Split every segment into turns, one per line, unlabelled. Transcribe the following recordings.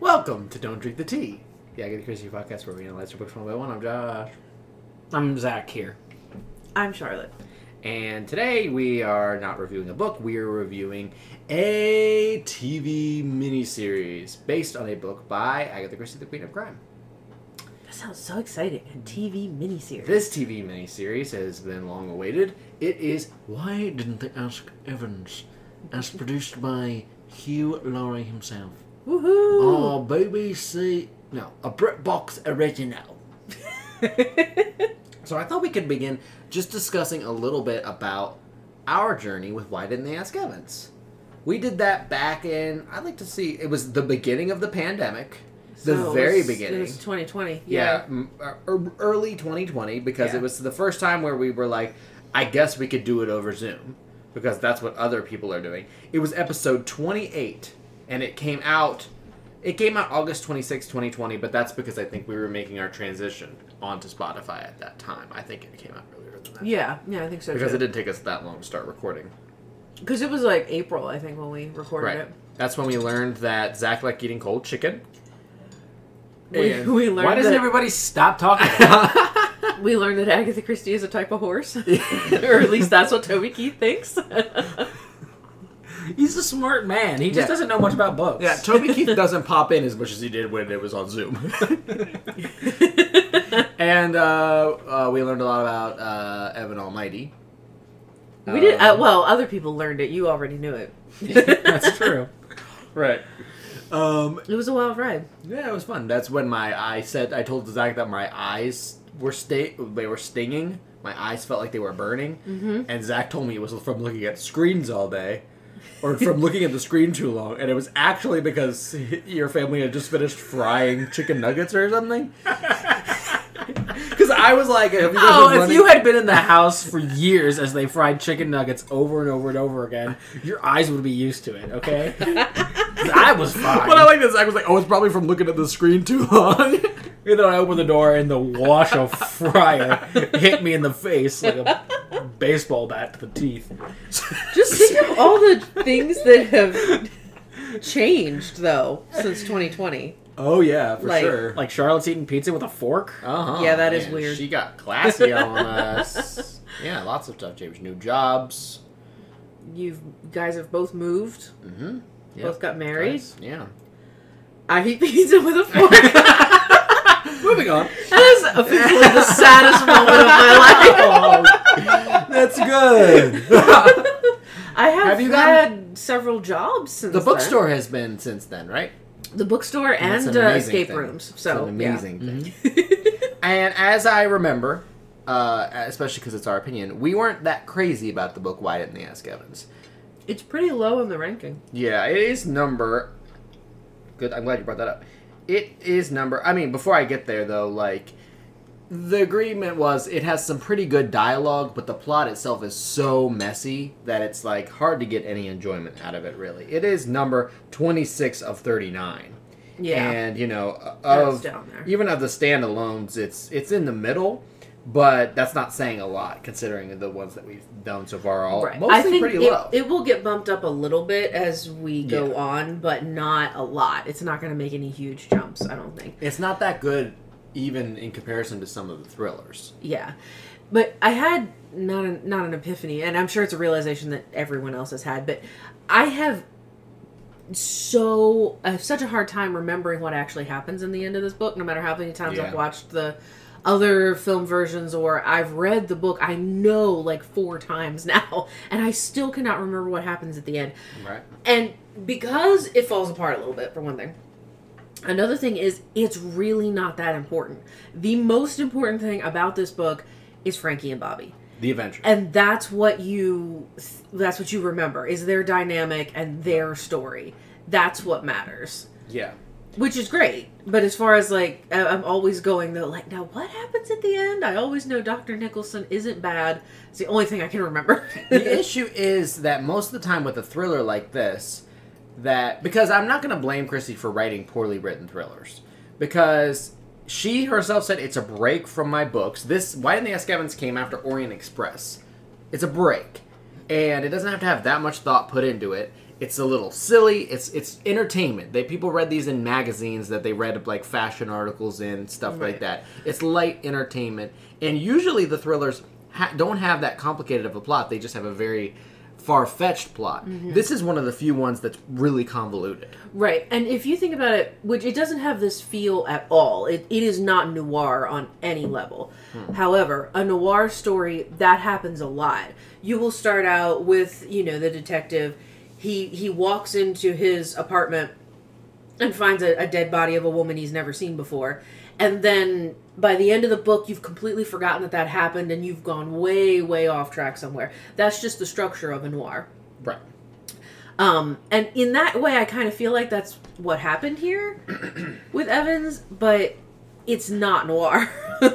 Welcome to Don't Drink the Tea, the Agatha Christie podcast where we analyze her books one by one. I'm Josh,
I'm Zach here.
I'm Charlotte.
and today we are not reviewing a book. We are reviewing a TV miniseries based on a book by Agatha Christie, the Queen of Crime.
That sounds so exciting. A TV miniseries.
This TV miniseries has been long awaited. It is
Why didn't they ask Evans? As produced by Hugh Laurie himself.
Woohoo!
a BBC, no, a BritBox original. So I thought we could begin just discussing a little bit about our journey with why didn't they ask Evans? We did that back in I'd like to see it was the beginning of the pandemic, the
So it
very
was-
beginning.
It was 2020.
yeah, m- er- er- early 2020 because
Yeah.
it was the first time where we were like, I guess we could do it over Zoom because that's what other people are doing. It was episode 28 and it came out it came out August 26, 2020, but that's because I think we were making our transition onto Spotify at that time. I think it came out earlier than that.
Yeah. Yeah, I think so.
Because it
Because
didn't take us that long to start recording.
it, was like April, I think, when we recorded
Right.
it.
That's when we learned that Zach liked eating cold chicken.
We-
And-
we learned
Why doesn't
that-
everybody stop talking?
We learned that Agatha Christie is a type of horse. or at least that's what Toby Keith thinks.
He's a smart man. He just
Yeah.
doesn't know much about books.
Yeah, Toby Keith doesn't pop in as much as he did when it was on Zoom. and uh, uh, we learned a lot about uh, Evan Almighty.
we did. Uh,
Um,
well, other people learned it. You already knew it.
That's true.
Right. Um,
It was a wild ride.
yeah, it was fun. That's when my I said I told Zach that my eyes were sta- they were stinging. My eyes felt like they were burning,
Mm-hmm.
Mhm.
and Zach told me it was from looking at screens all day, or from looking at the screen too long. And it was actually because your family had just finished frying chicken nuggets or something. Because I was like, have you guys
Oh,
been
if
running-
you had been in the house for years as they fried chicken nuggets over and over and over again, your eyes would be used to it, okay? 'Cause I was fine.
But I like this. I was like, oh, it's probably from looking at the screen too long.
You know, I opened the door and the wash of fryer hit me in the face like a baseball bat to the teeth.
Just think of all the things that have changed, though, since 2020.
oh yeah, for
Like-
sure.
Like Charlotte's eating pizza with a fork.
Uh-huh.
Yeah, that is weird.
She got classy on us. Yeah, lots of stuff changed. New jobs.
You've, you guys have both moved,
Mm-hmm. Yeah.
both got married.
Nice. Yeah.
I eat pizza with a fork.
Moving on.
That is officially the saddest moment of my life.
That's good.
I have,
Have you gotten-
had several jobs since
the
then.
bookstore has been since then, right?
the bookstore,
That's
and,
an
uh,
amazing
escape
thing.
rooms.
It's
So
an
yeah. Mm-hmm.
amazing thing. And as I remember, uh, especially because it's our opinion, we weren't that crazy about the book. Why didn't they ask Evans?
it's pretty low on the ranking.
Yeah, it is number. Good. I'm glad you brought that up. It is number. I mean, before I get there though, like the agreement was it has some pretty good dialogue, but the plot itself is so messy that it's like hard to get any enjoyment out of it. Really, it is number 26 of 39.
Yeah,
And you know,
that's
of
down there.
even of the standalones, it's it's in the middle. But that's not saying a lot considering the ones that we've done so far. are All
Right.
mostly
I think
pretty
it,
low.
it will get bumped up a little bit as we go
Yeah.
on, but not a lot. It's not going to make any huge jumps, I don't think.
It's not that good, even in comparison to some of the thrillers.
Yeah, but I had not an, not an epiphany, and I'm sure it's a realization that everyone else has had. But I have so I have such a hard time remembering what actually happens in the end of this book, no matter how many times
Yeah.
I've watched the other film versions or I've read the book. I know like four times now, and I still cannot remember what happens at the end.
Right.
And because it falls apart a little bit, for one thing. Another thing is, it's really not that important. The most important thing about this book is Frankie and Bobby,
The adventure.
and that's what you—that's what you remember is their dynamic and their story. That's what matters,
Yeah.
which is great. But as far as like, I- I'm always going though, like, now what happens at the end? I always know Doctor Nicholson isn't bad. It's the only thing I can remember.
the issue is that most of the time with a thriller like this, that because I'm not going to blame Christie for writing poorly written thrillers, because she herself said it's a break from my books. This why didn't they ask Evans came after Orient Express? It's a break, and it doesn't have to have that much thought put into it. It's a little silly. It's it's entertainment. They people read these in magazines that they read like fashion articles in stuff like
Right.
that. It's light entertainment, and usually the thrillers ha- don't have that complicated of a plot. They just have a very far fetched plot. This is one of the few ones that's really convoluted.
Right. And if you think about it, which it doesn't have this feel at all, it, it is not noir on any level. However, a noir story, that happens a lot. You will start out with, you know, the detective. He, he walks into his apartment and finds a, a dead body of a woman he's never seen before. And then by the end of the book, you've completely forgotten that that happened and you've gone way, way off track somewhere. That's just the structure of a noir.
Right.
Um, and in that way, I kind of feel like that's what happened here with Evans, but it's not noir.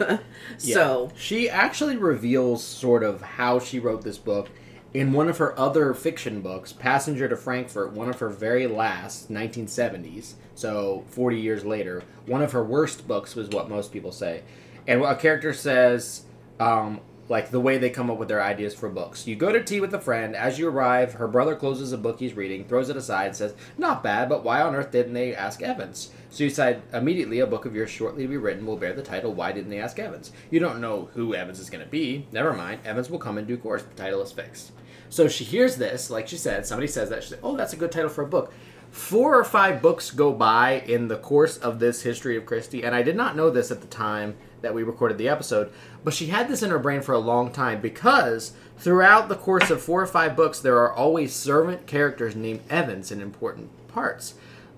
So,
She actually reveals sort of how she wrote this book in one of her other fiction books, Passenger to Frankfurt, one of her very last 1970s, so 40 years later. One of her worst books was what most people say. And a character says, um, like the way they come up with their ideas for books. You go to tea with a friend. As you arrive, her brother closes a book he's reading, throws it aside, and says, Not bad, but why on earth didn't they ask Evans? So you decide immediately a book of yours shortly to be written will bear the title Why Didn't They Ask Evans? You don't know who Evans is going to be. Never mind. Evans will come in due course. The title is fixed. So she hears this, like she said, somebody says that. She said, Oh, that's a good title for a book. Four or five books go by in the course of this history of Christie, and I did not know this at the time that we recorded the episode, but she had this in her brain for a long time because throughout the course of four or five books, there are always servant characters named Evans in important parts.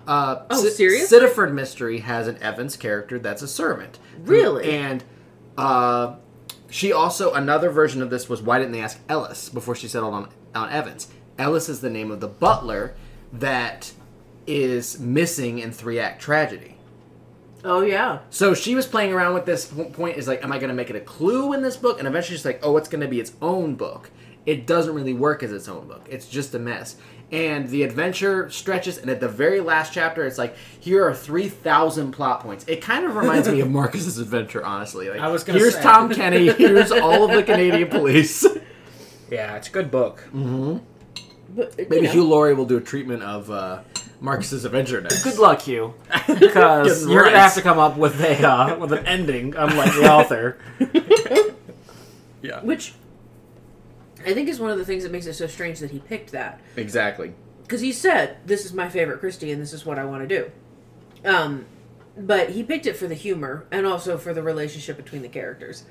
Uh,
Oh,
Si-
seriously?
Siddiford Mystery has an Evans character that's a servant.
Really?
And uh, she also another version of this was why didn't they ask Ellis before she settled on on Evans? Ellis is the name of the butler that is missing in three act tragedy.
oh yeah.
So she was playing around with this po- point is like, am I going to make it a clue in this book? And eventually she's like, oh, it's going to be its own book. It doesn't really work as its own book. It's just a mess. And the adventure stretches, and at the very last chapter, it's like, here are 3,000 plot points. It kind of reminds me of Marcus's adventure, honestly. Like,
I was gonna
here's
say.
Tom Kenny, here's all of the Canadian police.
Yeah, it's a good book.
But, you
Maybe
know.
Hugh Laurie will do a treatment of uh, Marcus's adventure next.
Good luck, Hugh, because
Good
you're gonna
rights.
have to come up with a uh, with an ending, unlike the author.
Yeah.
Which I think is one of the things that makes it so strange that he picked that.
Exactly.
Because he said, this is my favorite Christie and this is what I want to do. Um, but he picked it for the humor and also for the relationship between the characters.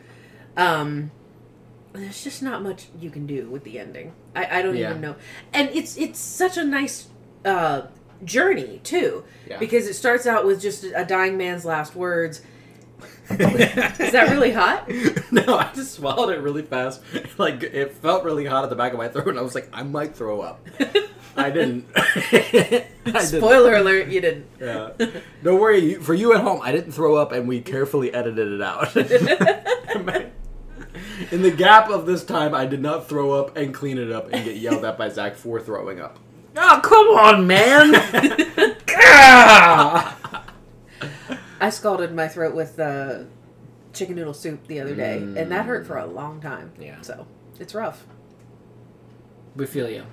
Um, there's just not much you can do with the ending. I, I don't
Yeah.
even know. And it's it's such a nice uh, journey too,
Yeah.
because it starts out with just a dying man's last words. Is that really hot?
no, I just swallowed it really fast. Like it felt really hot at the back of my throat, and I was like, I might throw up. I didn't. I didn't.
Spoiler alert, you didn't.
Yeah. Don't worry, you, for you at home, I didn't throw up, and we carefully edited it out. In the gap of this time, I did not throw up and clean it up and get yelled at by Zach for throwing up.
Oh, come on, man! Ah!
I scalded my throat with uh, chicken noodle soup the other day, and that hurt for a long time.
Mm. Yeah.
So it's rough.
we feel you.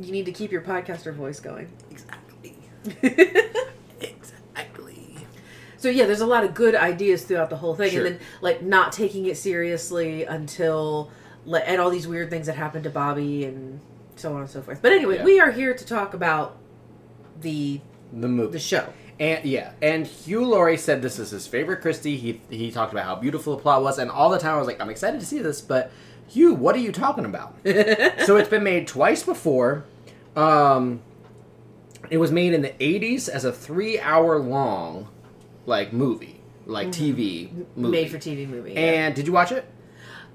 You need to keep your podcaster voice going.
Exactly. Exactly.
so yeah, there's a lot of good ideas throughout the whole thing,
Sure.
and then like not taking it seriously until like and all these weird things that happened to Bobby and so on and so forth. But anyway,
Yeah.
we are here to talk about the
The movie.
the show.
And yeah, and Hugh Laurie said this is his favorite Christie. He he talked about how beautiful the plot was, and all the time I was like, I'm excited to see this, but Hugh, what are you talking about? so it's been made twice before. Um, it was made in the '80s as a three-hour long, like movie, like TV movie.
Mm-hmm. Made for TV movie.
And did you watch it?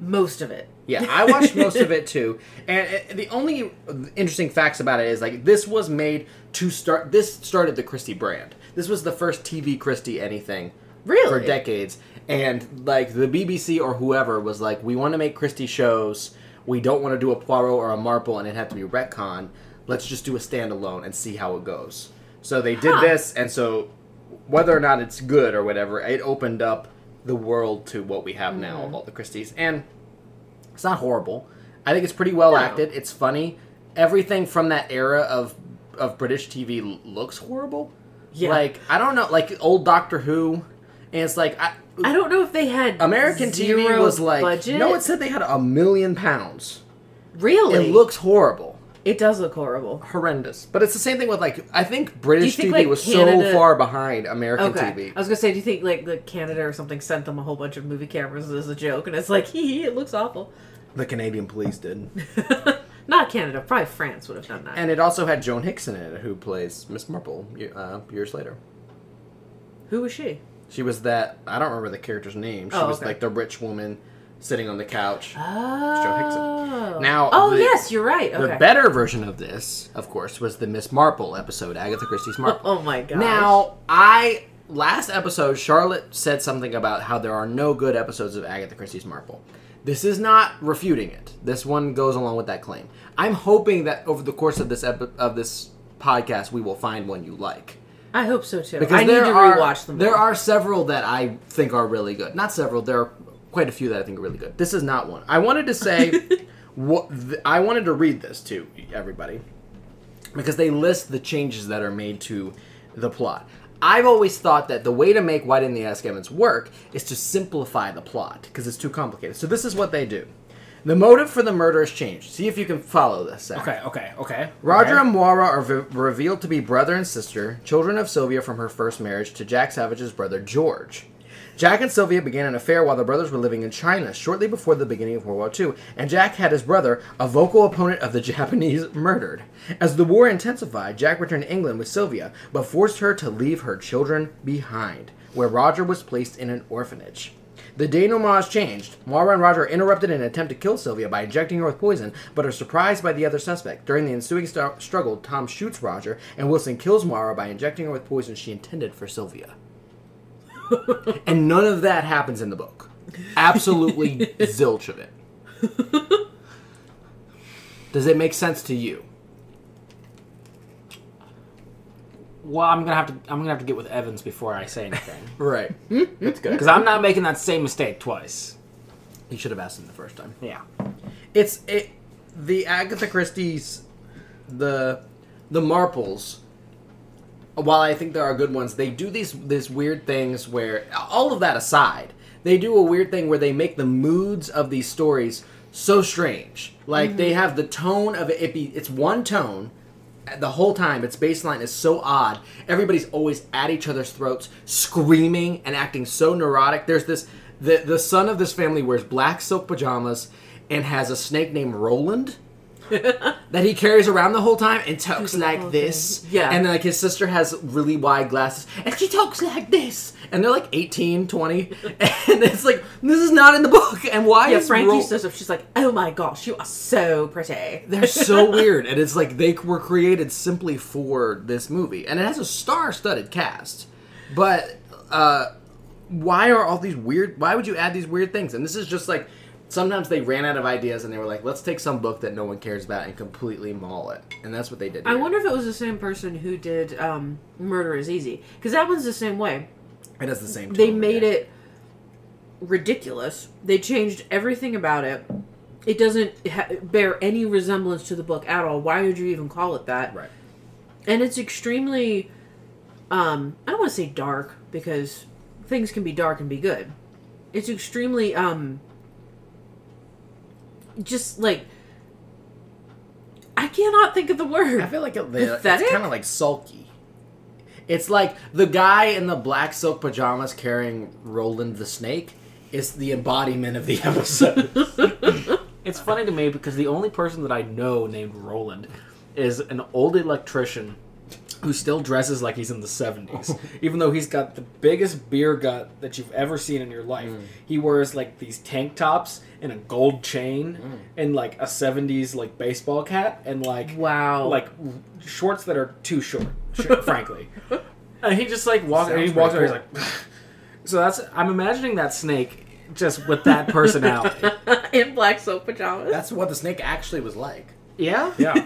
most of it.
Yeah, I watched most of it too. And uh, the only interesting facts about it is like this was made to start. This started the Christie brand. This was the first TV Christie anything for
Really?
decades. And like the BBC or whoever was like, we want to make Christie shows. We don't want to do a Poirot or a Marple, and it had to be retcon. Let's just do a standalone and see how it goes. So they did
Huh.
this, and so whether or not it's good or whatever, it opened up the world to what we have
Mm-hmm.
now of all the Christies. And it's not horrible. I think it's pretty well
No.
acted. It's funny. everything from that era of of British TV l- looks horrible.
Yeah.
Like I don't know, like old Doctor Who, and it's like I,
I don't know if they had
American TV
zero
was like
budget.
no, it said they had a million pounds.
really
It looks horrible,
It does look horrible.
horrendous. But it's the same thing with like I think British
think,
TV
like,
was
Canada-
so far behind American
Okay, Uh,
TV.
I was gonna say, do you think like the Canada or something sent them a whole bunch of movie cameras as a joke, and it's like, hee hee, it looks awful.
The Canadian police did,
Not Canada, probably France would have done that.
and it also had Joan Hickson in it, who plays Miss Marple y- uh, years later.
Who was she?
She was that I don't remember the character's name. She
Oh,
was
okay.
like the rich woman sitting on the couch.
Oh,
Hickson. Now,
oh
the-
yes, you're right. Okay.
The better version of this, of course, was the Miss Marple episode, Agatha Christie's Marple.
oh my gosh.
now, I last episode Charlotte said something about how there are no good episodes of Agatha Christie's Marple. This is not refuting it. This one goes along with that claim. I'm hoping that over the course of this epi- of this podcast, we will find one you like.
I hope so too.
Because
I need
there
to
are,
rewatch them.
There
all.
are several that I think are really good. Not several. There are quite a few that I think are really good. This is not one. I wanted to say, what th- I wanted to read this to everybody because they list the changes that are made to the plot. I've always thought that the way to make Why Didn't They Ask Evans work is to simplify the plot because it's too complicated. So this is what they do. The motive for the murder is changed. See if you can follow this. Zach.
Okay, okay, okay.
Roger
okay.
and Moira are v- revealed to be brother and sister, children of Sylvia from her first marriage to Jack Savage's brother George. Jack and Sylvia began an affair while the brothers were living in China shortly before the beginning of World War II, and Jack had his brother, a vocal opponent of the Japanese, murdered. As the war intensified, Jack returned to England with Sylvia, but forced her to leave her children behind, where Roger was placed in an orphanage. The denouement changed. Moira and Roger interrupted an attempt to kill Sylvia by injecting her with poison, but are surprised by the other suspect. During the ensuing stu- struggle, Tom shoots Roger, and Wilson kills Moira by injecting her with poison she intended for Sylvia. and none of that happens in the book. Absolutely zilch of it. Does it make sense to you?
Well, I'm gonna have to. I'm gonna have to get with Evans before I say anything
Right. That's good.
because I'm not making that same mistake twice.
You should have asked him the first time.
Yeah.
It's it the Agatha Christie's the the Marples. While I think there are good ones, they do these these weird things where all of that aside, they do a weird thing where they make the moods of these stories so strange. Like they have the tone of it, it be it's one tone the whole time its baseline is so odd everybody's always at each other's throats screaming and acting so neurotic there's this the, the son of this family wears black silk pajamas and has a snake named roland that he carries around the whole time and talks like this
Yeah.
and then, like his sister has really wide glasses and she talks like this and they're like 18 20 and it's like this is not in the book and why
yeah,
is
Frankie
Ro-
says, she's like, oh my gosh, you are so pretty.
they're so weird, and it's like they were created simply for this movie, and it has a star-studded cast. But uh, why are all these weird? Why would you add these weird things? And this is just like sometimes they ran out of ideas, and they were like, "Let's take some book that no one cares about and completely maul it," and that's what they did.
I
here.
wonder if it was the same person who did um, Murder is Easy. Because that one's the same way.
It has the same.
They
tone,
made
yeah.
it ridiculous. They changed everything about it. It doesn't ha- bear any resemblance to the book at all. Why would you even call it that?
right.
and it's extremely um i don't want to say dark because things can be dark and be good it's extremely um just like i cannot think of the
I
word
feel like it, the, it's
Pathetic?
kind of like sulky. It's like the guy in the black silk pajamas carrying Roland the snake is the embodiment of the episode.
It's funny to me because the only person that I know named Roland is an old electrician who still dresses like he's in the 70s. Even though he's got the biggest beer gut that you've ever seen in your life, he wears like these tank tops and a gold chain and like a 70s like baseball cap and like
wow
like shorts that are too short, sh- frankly. And he just like walks.
Sounds
He walks over.
pretty
He's like, so that's. I'm imagining that snake just with that personality.
in black silk pajamas
That's what the snake actually was like.
yeah. Yeah.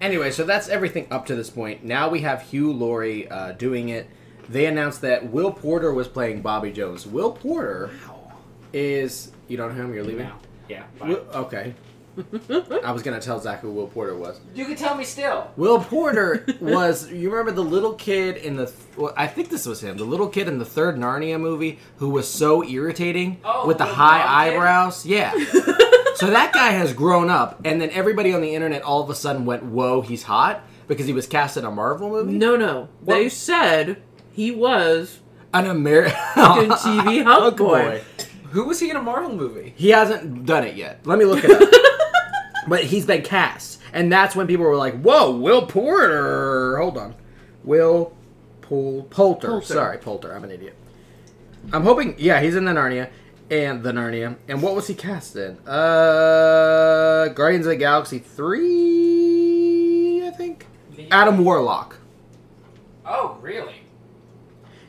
Anyway, so that's everything up to this point. Now we have Hugh Laurie uh, doing it. They announced that Will Porter was playing Bobby Jones. Will Porter is you don't know him. You're leaving.
Yeah.
Will, okay. I was gonna tell Zach who Will Porter was.
You can tell me still.
Will Porter was. You remember the little kid in the? Well, I think this was him. The little kid in the third Narnia movie who was so irritating
Oh,
with the
little
high
blonde kid?
eyebrows. Yeah. so that guy has grown up, and then everybody on the internet all of a sudden went, "Whoa, he's hot." Because he was cast in a Marvel movie,
No, no. They said he was
an Oh, American
TV hot boy.
Who was he in a Marvel movie?
He hasn't done it yet. Let me look it up. but he's been cast, and that's when people were like, "Whoa, Will Porter!" Hold on, Will Pol- Polter.
Poulter.
Sorry, Polter. I'm an idiot. I'm hoping. Yeah, he's in the Narnia and the Narnia. And what was he cast in? Uh, Guardians of the Galaxy three, I think. Adam Warlock.
Oh, really?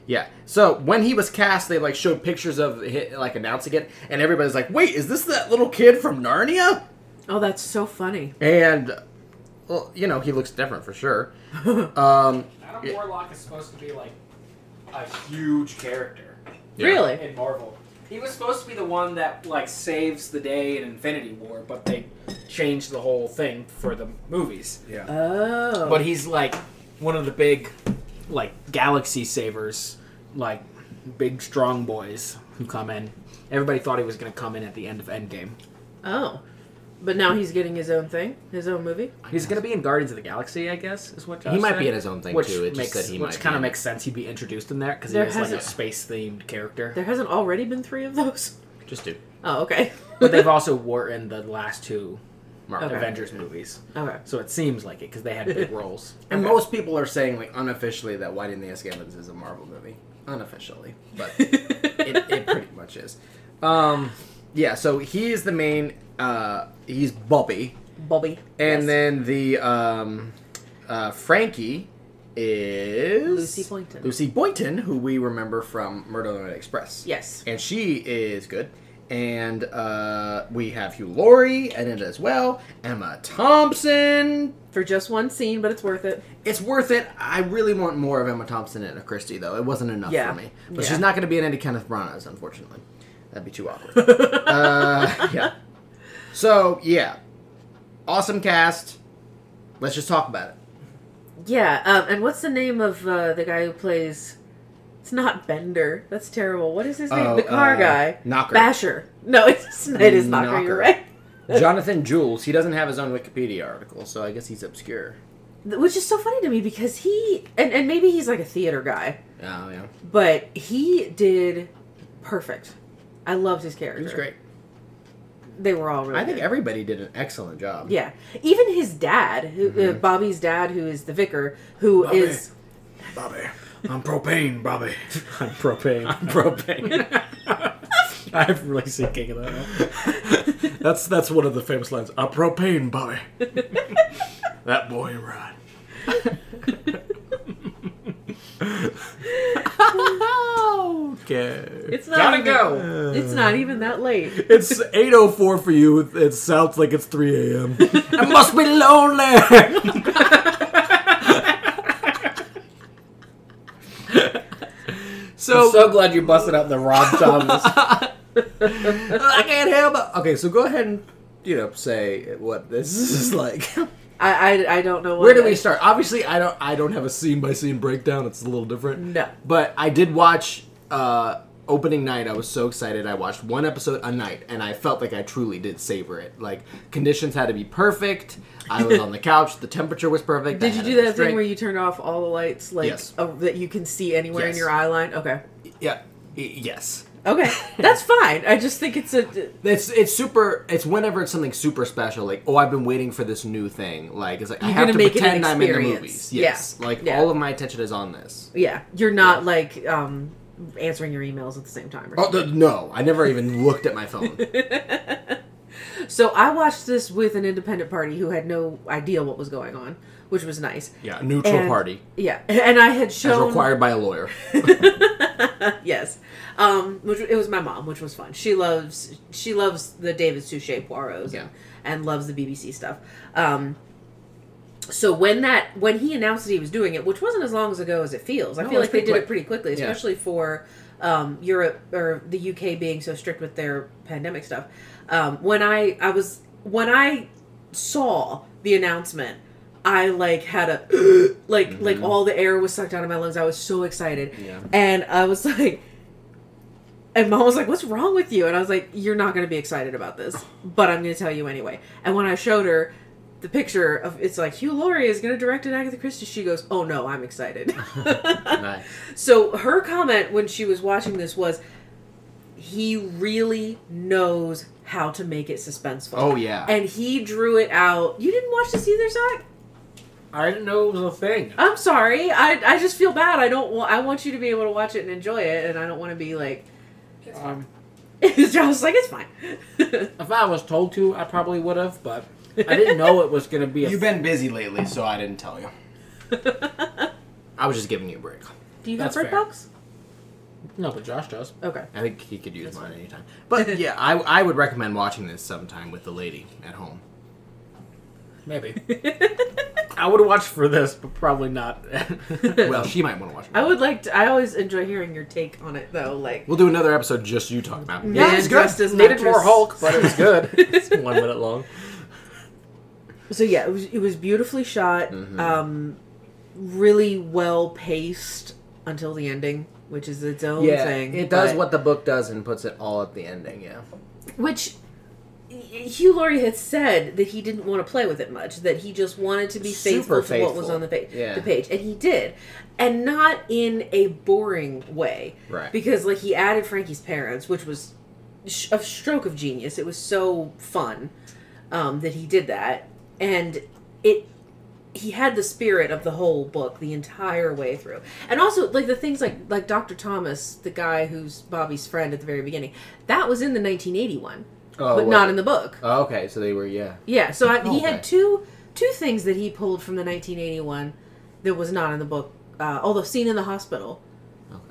Yeah. So when he was cast, they like showed pictures of hi- like announcing it, and everybody's like, "Wait, is this that little kid from Narnia?"
Oh, that's so funny.
And, well, you know, he looks different for sure. Um,
Adam
Yeah.
Warlock is supposed to be like a huge character
Yeah.
Really?
in Marvel.
He was supposed to be the one that like saves the day in Infinity War, but they changed the whole thing for the movies.
yeah.
Oh.
But he's like one of the big like galaxy savers, like big strong boys who come in. Everybody thought he was going to come in at the end of Endgame.
oh. But now he's getting his own thing, his own movie.
He's going to be in Guardians of the Galaxy, I guess, is what
He might be in his own thing
which
too. It's
makes,
just that he
which
might
kind
be
of
in-
makes sense. He'd be introduced in there because he
There
is like a
hasn't-
space themed character.
There hasn't already been three of those.
just do
Oh, okay.
but they've also wore in the last two
Marvel.
Okay.
Avengers movies,
okay.
so it seems like it because they had big roles.
And most people are saying like unofficially that Why Didn't They Ask Evans is a Marvel movie. Unofficially, but it, it pretty much is. Um, yeah. So he is the main. Uh, he's Bobby,
Bobby.
and
Yes.
then the um, uh, Frankie is
Lucy Boynton.
Lucy Boynton, who we remember from Murder on the Orient Express.
Yes.
and she is good. And uh, we have Hugh Laurie in it as well. Emma Thompson.
For just one scene, but it's worth it.
It's worth it. I really want more of Emma Thompson in a Christie, though. It wasn't enough
Yeah.
for me. But
Yeah.
she's not going to be in any Kenneth Branaghs, unfortunately. That'd be too awkward. uh, yeah. So yeah, awesome cast. Let's just talk about it.
Yeah. Um, and what's the name of uh, the guy who plays? It's not Bender. That's terrible. What is his name?
Oh,
the car
uh,
guy.
Knocker.
Basher. No, it's it is Knocker. You're
Knocker.
right.
Jonathan Jules. He doesn't have his own Wikipedia article, so I guess he's obscure.
Th- Which is so funny to me because he and, and maybe he's like a theater guy,
Oh yeah,
but he did perfect. I loved his character.
he was great.
They were all really.
I think
good.
everybody did an excellent job.
Yeah, even his dad, who, uh, Bobby's dad, who is the vicar, who is
Bobby. Bobby, I'm propane, Bobby. I'm propane. I'm propane. I've really seen King of that. That's that's one of the famous lines. I'm propane, Bobby. that boy ain't right. okay.
It's not
Gotta
even,
go.
It's not even that late.
It's 8:04 for you. It sounds like it's 3 a.m.
I must be lonely.
So,
glad you busted out the Rob Thomas. I can't help it. Okay, so go ahead and you know say what this is like.
I, I, I don't know. What
Where do
it
we
is.
start? Obviously, I don't I don't have a scene by scene breakdown. It's a little different.
No.
But I did watch uh opening night. I was so excited. I watched one episode a night and I felt like I truly did savor it. Like conditions had to be perfect. I was on the couch. The temperature was perfect. I
Did you
had
do
a
that
drink.
thing where you turned off all the lights, like
Yes.
of- that you can see anywhere in
Yes.
your eye line? Okay,
Yeah. Y- Yes.
okay, that's fine. I just think it's a.
It's it's super. It's whenever it's something super special, like oh, I've been waiting for this new thing. Like it's like I
You're
have
gonna
to
make it an
pretend I'm in the
experience.
movies.
Yeah.
Yes, like
Yeah.
all of my attention is on this.
Yeah, you're not like um answering your emails at the same time. Or
Oh th- no, I never even looked at my phone.
So I watched this with an independent party who had no idea what was going on, which was nice.
Yeah, neutral
And-
party
Yeah, and I had
as
shown
required by a lawyer.
yes, um, which it was my mom, which was fun. She loves she loves the David Suchet Poirot's
Yeah.
and, and loves the BBC stuff. Um, so when that when he announced that he was doing it, which wasn't as long as ago as it feels, I
No,
feel
it was
like they
pretty
did
quick.
it pretty quickly,
Yeah.
especially for um, Europe or the UK being so strict with their pandemic stuff. Um, when I I was when I saw the announcement, I like had a like like all the air was sucked out of my lungs. I was so excited,
Mm-hmm. Yeah.
and I was like, and mom was like, "What's wrong with you?" And I was like, "You're not going to be excited about this, but I'm going to tell you anyway." And when I showed her the picture of it's like Hugh Laurie is going to direct an Agatha Christie, she goes, "Oh no, I'm excited."
Nice.
So her comment when she was watching this was, he really knows how to make it suspenseful.
Oh yeah.
And he drew it out. You didn't watch this either, Zach?
I didn't know it was a thing.
I'm sorry. I, I just feel bad. I don't. Wa- I want you to be able to watch it and enjoy it, and I don't want to be like.
Um,
I was like, it's fine.
if I was told to, I probably would have, but I didn't know it was going to be a
You've been busy lately, so I didn't tell you.
I was just giving you a break.
Do you
That's
have red
fair.
box?
No, but Josh does.
Okay.
I think he could use mine anytime. But yeah, I, I would recommend watching this sometime with the lady at home.
Maybe. I would watch for this, but probably not.
Well, she might want to watch it.
I would like. To, I always enjoy hearing your take on it, though. Like,
We'll do another episode just you talking about it.
man dressed as an
Needed more
actress.
Hulk, but it was good. it's one minute long.
So yeah, it was it was beautifully shot,
Mm-hmm.
um, really well paced until the ending, which is its own thing.
it does
but-
what the book does and puts it all at the ending. Yeah,
which Hugh Laurie had said that he didn't want to play with it much, that he just wanted to be
Super
faithful, to what was
faithful.
on the page,
Yeah.
the page, and he did, and not in a boring way,
Right.
Because like he added Frankie's parents, which was sh- a stroke of genius. It was so fun um, that he did that, and it he had the spirit of the whole book the entire way through and also like the things like like dr thomas the guy who's bobby's friend at the very beginning that was in the 1981
oh,
but not in the book
Oh, okay, so they were yeah.
yeah so I, he
Okay.
had two two things that he pulled from the 1981 that was not in the book uh, although seen in the hospital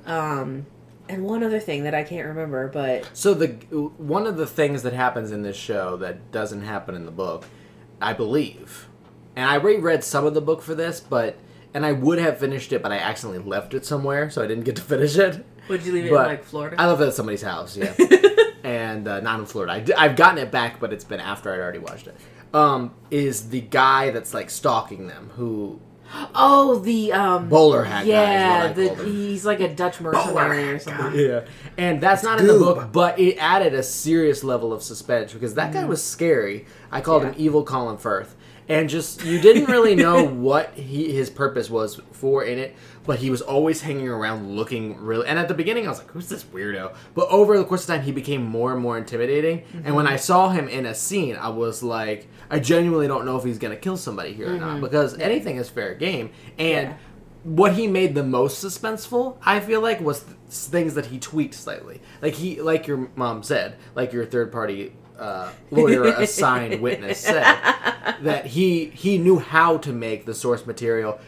um and one other thing that i can't remember but
So the one of the things that happens in this show that doesn't happen in the book, I believe, and I reread some of the book for this, but and I would have finished it, but I accidentally left it somewhere, so I didn't get to finish it.
would you leave it
But
in like florida
I left it at somebody's house. Yeah. and uh, not in Florida. I d- I've gotten it back, but it's been after I'd already watched it. Um, is the guy that's like stalking them who
oh the um
bowler hat
yeah
guy? Is what I
the,
called him.
he's like a dutch mercenary or something
yeah, and that's not in the book, but it added a serious level of suspense because that
Mm.
guy was scary. I called him Evil Colin Firth, and just you didn't really know what he his purpose was for in it, but he was always hanging around looking really. And at the beginning, I was like, "Who's this weirdo?" But over the course of time, he became more and more intimidating. And
Mm-hmm.
when I saw him in a scene, I was like, "I genuinely don't know if he's gonna kill somebody here or not," because anything is fair game, and.
Mm-hmm. Yeah.
What he made the most suspenseful, I feel like, was th- things that he tweaked slightly. Like he, like your mom said, like your third party uh, lawyer assigned witness said, that he he knew how to make the source material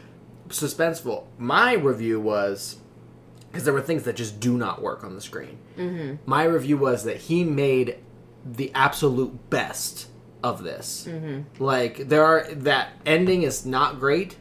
suspenseful. My review was because there were things that just do not work on the screen. Mm-hmm. My review was that he made the absolute best of this. Mm-hmm. Like there are that ending is not great,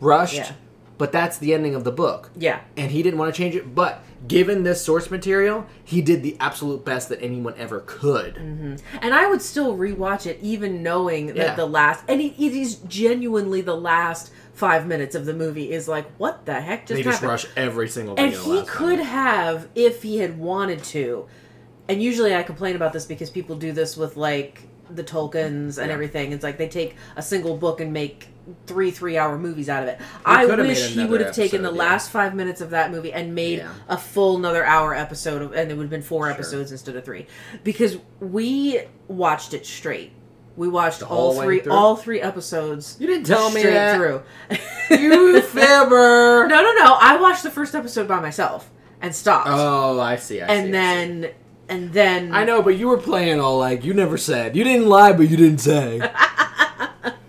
rushed,
Yeah.
but that's the ending of the book.
yeah
And he didn't want to change it, but given this source material, he did the absolute best that anyone ever could.
And I would still rewatch it, even knowing that
Yeah.
the last, and it, it is genuinely the last five minutes of the movie is like, what the heck just
They just
happened?
rush every single thing.
and
in the
he
last minute.
could have, if he had wanted to. And usually I complain about this because people do this with like the Tolkien's and everything. It's like they take a single book and make three three-hour movies out of it. I
could have made
wish he
another
would have taken the
episode, yeah.
last five minutes of that movie and made
Yeah.
a full another hour episode of, and it would have been four episodes instead of three because we watched it straight. We watched all
whole way
three
through?
all three episodes.
You didn't tell me
straight
that.
through.
You fibber.
No, no, no. I watched the first episode by myself and stopped.
Oh, I see. I see, I see.
and then and then
I know, but you were playing all like you never said. You didn't lie, but you didn't say.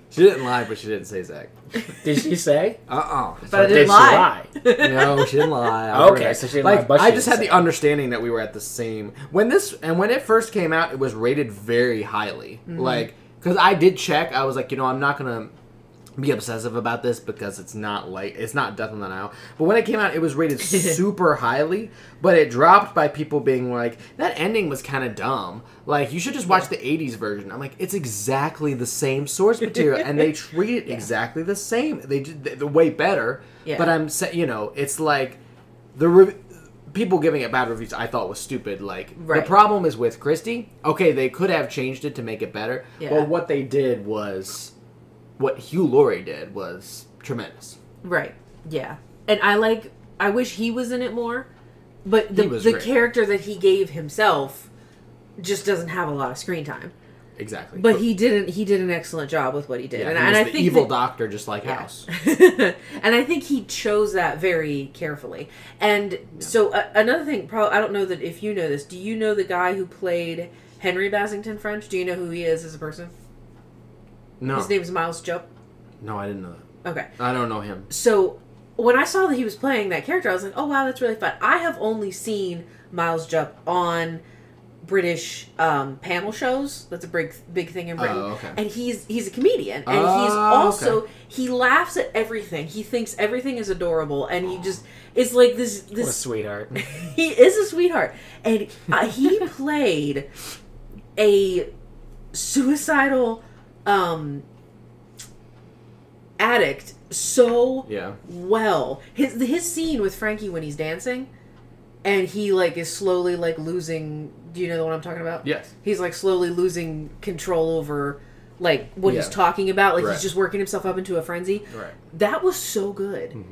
she didn't lie, but she didn't say Zach.
Did she say?
Uh uh
But I didn't
Did
lie.
she lie?
No, she didn't lie. I
Okay,
heard
so
it.
she didn't
like,
lie, but she
I just
didn't
had the
say.
understanding that we were at the same when this and when it first came out, it was rated very highly. Like 'cause Like because I did check, I was like, you know, I'm not gonna be obsessive about this because it's not like it's not Death on the Nile. But when it came out, it was rated super highly, but it dropped by people being like, "That ending was kind of dumb. Like you should just watch the '80s version." I'm like, "It's exactly the same source material, and they treat it exactly the same. They did the, the way better."
Yeah.
But I'm sa- you know, it's like the re- people giving it bad reviews. I thought was stupid. Like
Right.
the problem is with Christie. Okay, they could have changed it to make it better,
Yeah.
but what they did was what Hugh Laurie did was tremendous.
Right. Yeah. And I like I wish he was in it more, but the
He was
the
great.
character that he gave himself just doesn't have a lot of screen time.
Exactly.
But he didn't he did an excellent job with what he did.
yeah,
and
he
and
was
I
the
think
evil
that-
doctor, just like House.
and I think he chose that very carefully. And so uh, another thing, probably I don't know that if you know this. Do you know the guy who played Henry Bassington French? Do you know who he is as a person?
No,
His name's Miles Jupp.
no, I didn't know that.
Okay.
I don't know him.
so when I saw that he was playing that character, I was like, oh wow, that's really fun. I have only seen Miles Jupp on British um, panel shows. That's a big big thing in Britain.
Oh, okay.
And he's he's a comedian, and he's
Oh,
also he laughs at everything. He thinks everything is adorable, and he just it's like this
What a
this
sweetheart.
he is a sweetheart, and uh, he played a suicidal um addict so
Yeah,
well. His his scene with Frankie when he's dancing, and he like is slowly like losing. Do you know the one I'm talking about?
Yes.
He's like slowly losing control over like what he's
Yeah.
talking about. Like
Right.
he's just working himself up into a frenzy.
right. Mm-hmm.
That was so good.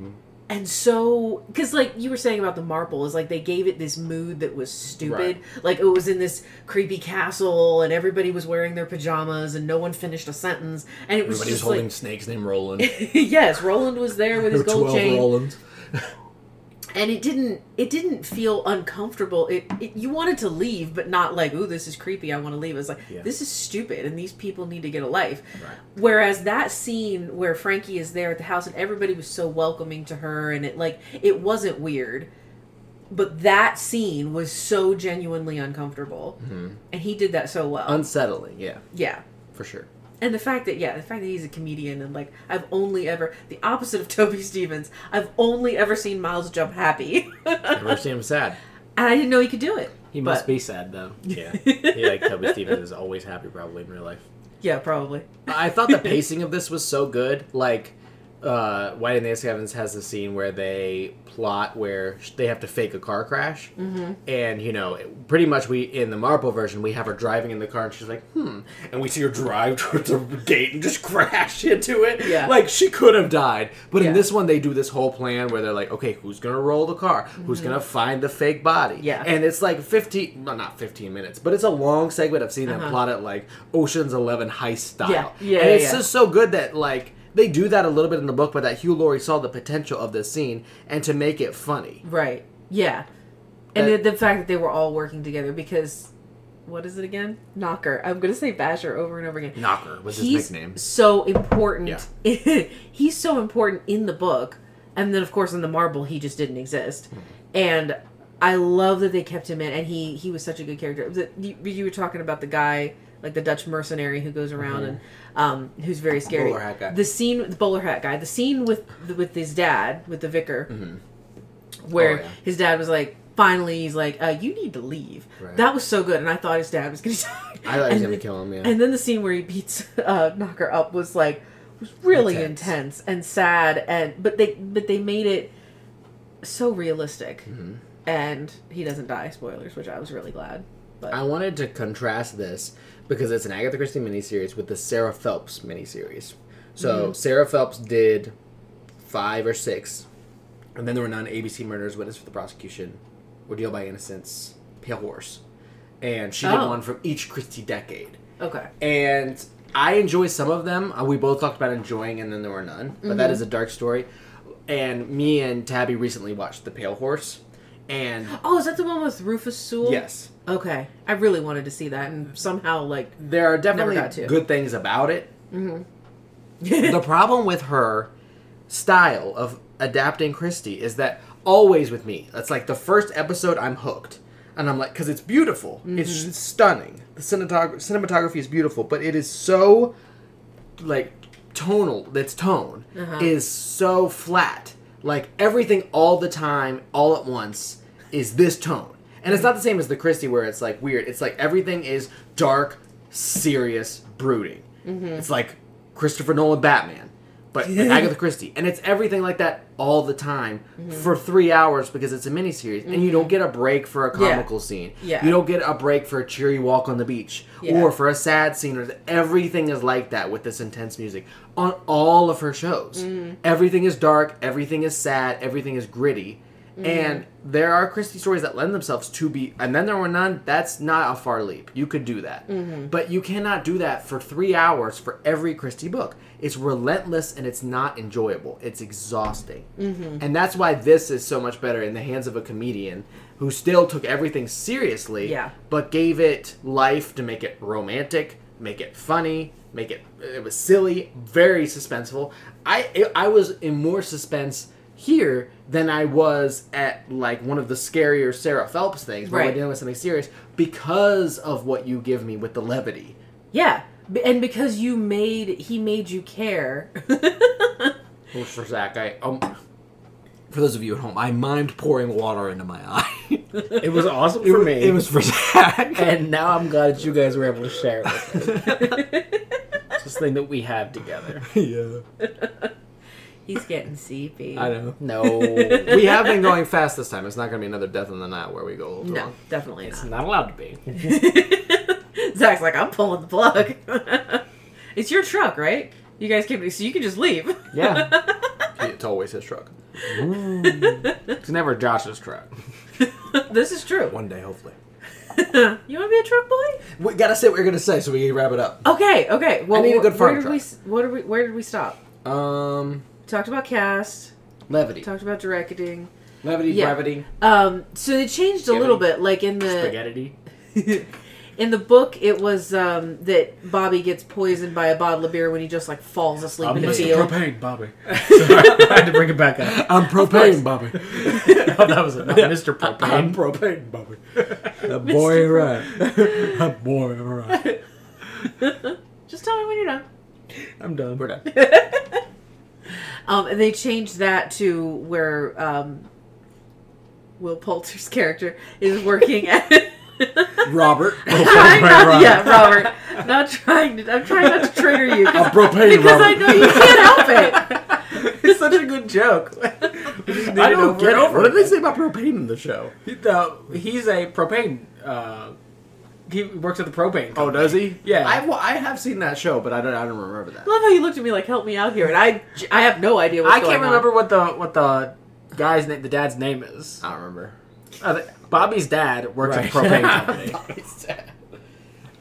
And so, because like you were saying about the marple, is like they gave it this mood that was stupid. Like it was in this creepy castle, and everybody was wearing their pajamas, and no one finished a sentence. And it was
Everybody was
just
holding
like,
snakes named Roland. There
yes, Roland was there with his
were
gold
Twelve
chain
Rolands.
and it didn't it didn't feel uncomfortable it, it you wanted to leave but not like ooh this is creepy i want to leave it's like
Yeah.
this is stupid and these people need to get a life
Right.
whereas that scene where frankie is there at the house and everybody was so welcoming to her and it like it wasn't weird but that scene was so genuinely uncomfortable
Mm-hmm.
and he did that so well
Unsettling. Yeah,
yeah
for sure.
and the fact that yeah, the fact that he's a comedian and like I've only ever the opposite of Toby Stevens, I've only ever seen Miles jump happy.
Never seen him sad.
And I didn't know he could do it.
He must
But-
be sad though.
Yeah. yeah, like Toby Stevens is always happy probably in real life.
Yeah, probably.
I thought the pacing of this was so good. Like, uh, White and Nancy Evans has the scene where they plot where sh- they have to fake a car crash,
Mm-hmm.
and you know, it- pretty much we in the Marple version we have her driving in the car and she's like, hmm, and we see her drive towards a gate and just crash into it.
Yeah.
like she could have died. But
Yeah.
in this one, they do this whole plan where they're like, okay, who's gonna roll the car? Who's gonna find the fake body?
Mm-hmm. Yeah.
and it's like fifteen, well, not fifteen minutes, but it's a long segment. I've seen
Uh-huh.
them plot it like Ocean's Eleven heist style.
Yeah. Yeah,
And
yeah,
it's
yeah.
just so good that like they do that a little bit in the book, but that Hugh Laurie saw the potential of this scene and to make it funny.
Right. Yeah. And
That-
the, the fact that they were all working together because what is it again? Knocker. I'm gonna say Basher over and over again.
Knocker was his
He's
nickname.
so important. He's so important in the book, and then of course in the marble he just didn't exist. And I love that they kept him in, and he he was such a good character. The, you, you were talking about the guy like the Dutch mercenary who goes around and um, who's very scary.
Mm-hmm. bowler hat guy.
The scene, the bowler hat guy. The scene with with his dad, with the vicar, where
Oh, yeah.
his dad was like. Finally, he's like, uh, "You need to leave."
Right.
That was so good, and I thought his dad was gonna die.
I thought he was
And
gonna
then-
kill him. Yeah.
and then the scene where he beats uh, Knocker up was like was really
Intense.
intense. and sad, and but they but they made it so realistic, and he doesn't die. Spoilers, which I was really glad. But
I wanted to contrast this because it's an Agatha Christie miniseries with the Sarah Phelps miniseries.
Mm-hmm.
So Sarah Phelps did five or six, and then there were none. ABC Murders, Witness for the Prosecution, Ordeal by Innocence, Pale Horse, and she did
Oh.
one from each Christie decade
okay,
and I enjoy some of them. Uh, We both talked about enjoying, and then there were none. But
Mm-hmm.
that is a dark story. And me and Tabby recently watched The Pale Horse, and
oh, is that the one with Rufus Sewell?
yes,
Okay, I really wanted to see that, and somehow like
there are
got to.
definitely good things about it. the problem with her style of adapting Christie is that always with me, that's like the first episode I'm hooked. And I'm like, because it's beautiful. It's
Mm-hmm.
stunning. The cinematog- cinematography is beautiful, but it is so, like, tonal, its tone
Uh-huh.
is so flat. Like everything all the time, all at once is this tone. And it's not the same as the Christie where it's like weird. It's like everything is dark, serious, brooding.
Mm-hmm.
It's like Christopher Nolan Batman, but like Agatha Christie. And it's everything like that all the time
Mm-hmm.
for three hours because it's a miniseries. And you don't get a break for a
Yeah.
comical scene.
Yeah.
You don't get a break for a cheery walk on the beach
Yeah.
or for a sad scene. Or everything is like that with this intense music on all of her shows. Everything is dark. Everything is sad. Everything is gritty. And there are Christie stories that lend themselves to be, and then there were none. That's not a far leap. You could do that, but you cannot do that for three hours for every Christie book. It's relentless and it's not enjoyable. It's exhausting, and that's why this is so much better in the hands of a comedian who still took everything seriously,
Yeah.
but gave it life to make it romantic, make it funny, make it it was silly, very suspenseful. I it, I was in more suspense here than I was at like one of the scarier Sarah Phelps things where we're
Right.
dealing with something serious because of what you give me with the levity.
Yeah, B- and because you made he made you care.
Well, For Zach, I um, for those of you at home, I mimed pouring water into my eye.
It was awesome
it,
for
was,
me.
it was for Zach.
and now I'm glad that you guys were able to share it with me. It's this thing that we have together.
yeah.
He's getting seepy.
I know.
No, we have been going fast this time. It's not going to be another death in the night where we go. a little
No,
long.
definitely
It's
not.
not allowed to be.
Zach's like, I'm pulling the plug. it's your truck, right? You guys came to, so you can just leave.
Yeah, it's always his truck.
It's never Josh's truck.
this is true.
One day, hopefully.
you want to be a truck boy?
We gotta say what we're gonna say so we can wrap it up.
Okay, okay. Well,
I need a
wh-
good
where
farm
did we? s- What did we? Where did we stop?
Um,
Talked about cast.
levity,
Talked about directing.
levity,
Yeah.
gravity.
Um, so they changed a little bit, like in the
Spaghetti.
in the book, it was um, that Bobby gets poisoned by a bottle of beer when he just like falls asleep in a field.
Propane, Bobby. Sorry, I had to bring it back up.
I'm propane, Bobby.
Oh, that was it. Not Mr. Propane.
propane, Bobby. A
boy
right. A boy right.
Just tell me when you're done.
I'm done.
We're done.
Um, and they changed that to where um, Will Poulter's character is working at.
Robert.
Trying not-
Robert.
Yeah, Robert. Not trying to. I'm trying not to trigger you 'cause-
A propane,
because I
Robert.
know you can't help it.
It's such a good joke.
I don't get over it. What did they say about propane in the show?
The, he's a propane. Uh, he works at the propane. Company.
Oh, does he?
Yeah.
I, well, I have seen that show, but I don't. I don't remember that.
I love how you looked at me like, "Help me out here," and I, I have no idea. What's
I can't
going on.
remember what the what the guy's name, the dad's name is.
I don't remember.
Uh, Bobby's dad works at a
Right.
propane company.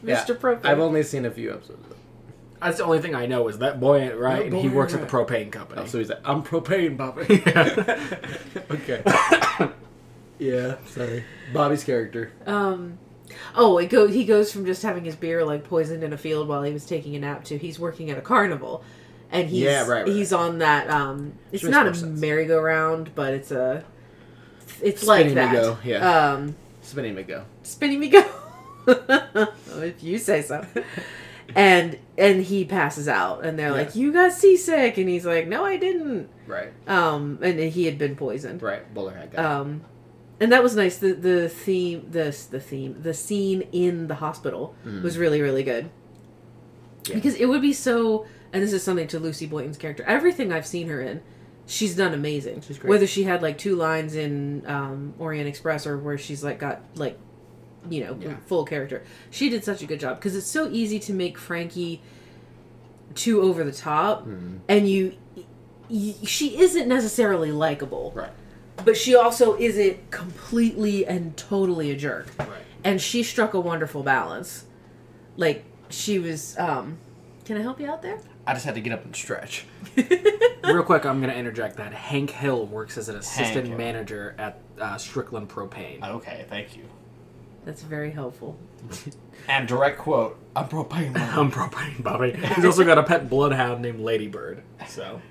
Yeah.
Mr. Propane.
I've only seen a few episodes.
That's the only thing I know is that boy ain't right, and he
boy
works
ain't
at the propane company.
So he's like, I'm propane, Bobby. okay. yeah. Sorry. Bobby's character.
Um, oh, it go. He goes from just having his beer like poisoned in a field while he was taking a nap to he's working at a carnival, and he's
Yeah, right, right,
he's on that. Um, it's
makes
not
more
a
sense.
merry-go-round, but it's a. It's like
Spinning
that.
me go, yeah.
Um,
Spinning McGo.
spinning me go. if you say so. And and he passes out, and they're
Yeah.
like, "You got seasick," and he's like, "No, I didn't."
Right.
Um, and he had been poisoned.
Right. Bowler hat guy.
um and that was nice the the theme this the theme the scene in the hospital was really really good
Mm-hmm. Yeah.
because it would be so and this is something to lucy boynton's character everything i've seen her in she's done amazing
She's great.
whether she had like two lines in um orient express or where she's like got like you know
Yeah.
full character she did such a good job because it's so easy to make frankie too over the top
Mm-hmm.
and you y- she isn't necessarily likable
right.
but she also isn't completely and totally a jerk
Right.
and she struck a wonderful balance like she was um can i help you out there
I just had to get up and stretch.
Real quick, I'm going to interject that Hank Hill works as an assistant
Hill.
manager at uh, Strickland Propane.
Okay, thank you.
that's very helpful
And direct quote.
I'm propane. Bobby.
I'm propane Bobby. He's also got a pet bloodhound named Ladybird. So